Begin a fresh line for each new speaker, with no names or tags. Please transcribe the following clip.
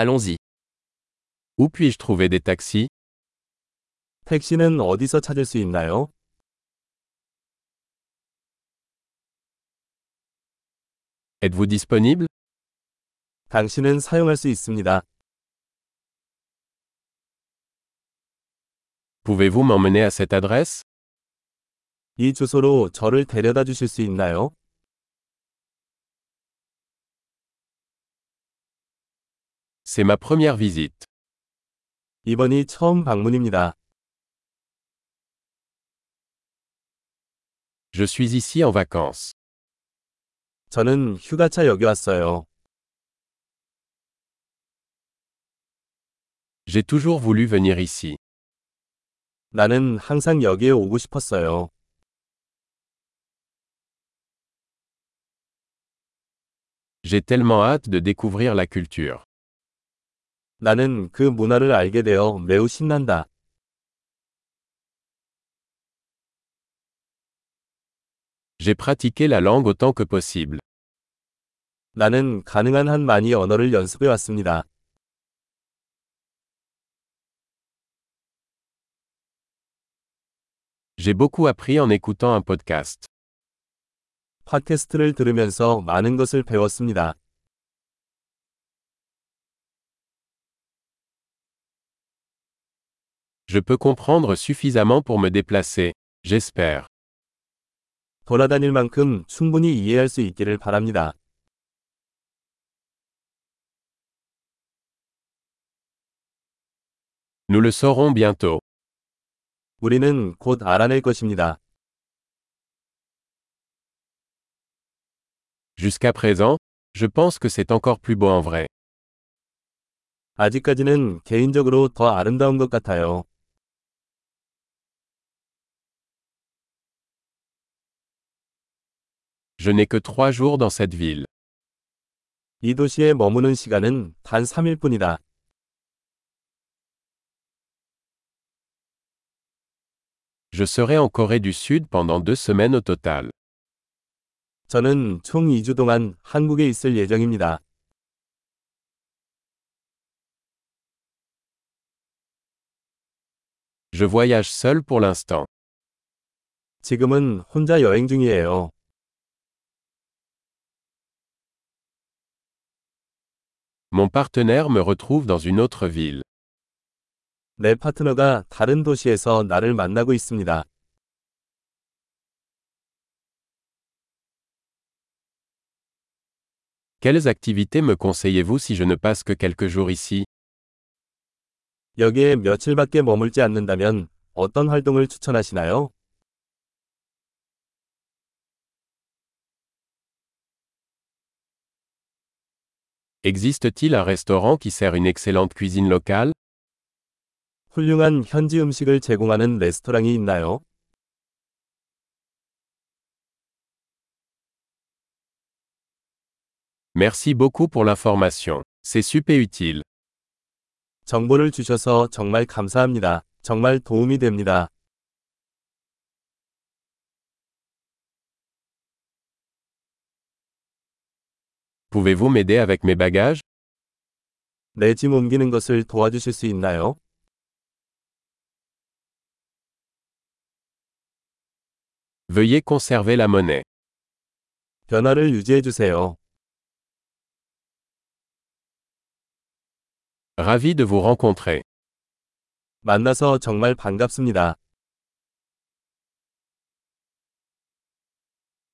Allons-y. Où puis-je trouver des taxis
택시는 어디서 찾을 수 있나요?
Êtes-vous disponible
당신은 사용할 수 있습니다.
Pouvez-vous m'emmener à cette adresse
이 주소로 저를 데려다 주실 수 있나요?
C'est ma première visite.
이번이 처음 방문입니다.
Je suis ici en vacances.
저는 휴가차 여기 왔어요.
J'ai toujours voulu venir ici.
나는 항상 여기에 오고 싶었어요.
J'ai tellement hâte de découvrir la culture.
나는 그 문화를 알게 되어 매우 신난다.
J'ai pratiqué la langue autant que possible.
나는 가능한 한 많이 언어를 연습해 왔습니다.
J'ai beaucoup appris en écoutant un podcast.
팟캐스트를 들으면서 많은 것을 배웠습니다.
Je peux comprendre suffisamment pour me déplacer, j'espère.
돌아다닐 만큼 충분히 이해할 수 있기를 바랍니다.
Nous le saurons bientôt.
우리는 곧 알아낼 것입니다.
Jusqu'à présent, je pense que c'est encore plus beau en vrai.
아직까지는 개인적으로 더 아름다운 것 같아요.
Je n'ai que trois jours dans cette ville.
이 도시에 머무는 시간은 단 3일 뿐이다.
Je serai en Corée du Sud pendant deux semaines au total.
저는 총 2주 동안 한국에 있을 예정입니다.
Je voyage seul pour l'instant.
지금은 혼자 여행 중이에요.
Mon partenaire me retrouve dans une autre ville.
내 파트너가 다른 도시에서 나를 만나고 있습니다.
Quelles activités me conseillez-vous si je ne passe que quelques jours ici
여기에 며칠밖에 머물지 않는다면 어떤 활동을 추천하시나요?
Existe-t-il un restaurant qui sert une excellente cuisine locale
훌륭한 현지 음식을 제공하는 레스토랑이 있나요?
Merci beaucoup pour l'information. C'est super utile.
정보를 주셔서 정말 감사합니다. 정말 도움이 됩니다.
Pouvez-vous m'aider avec mes bagages
내 짐 옮기는 것을 도와주실 수 있나요?
Veuillez conserver la monnaie.
변화를 유지해 주세요.
Ravi de vous rencontrer.
만나서 정말 반갑습니다.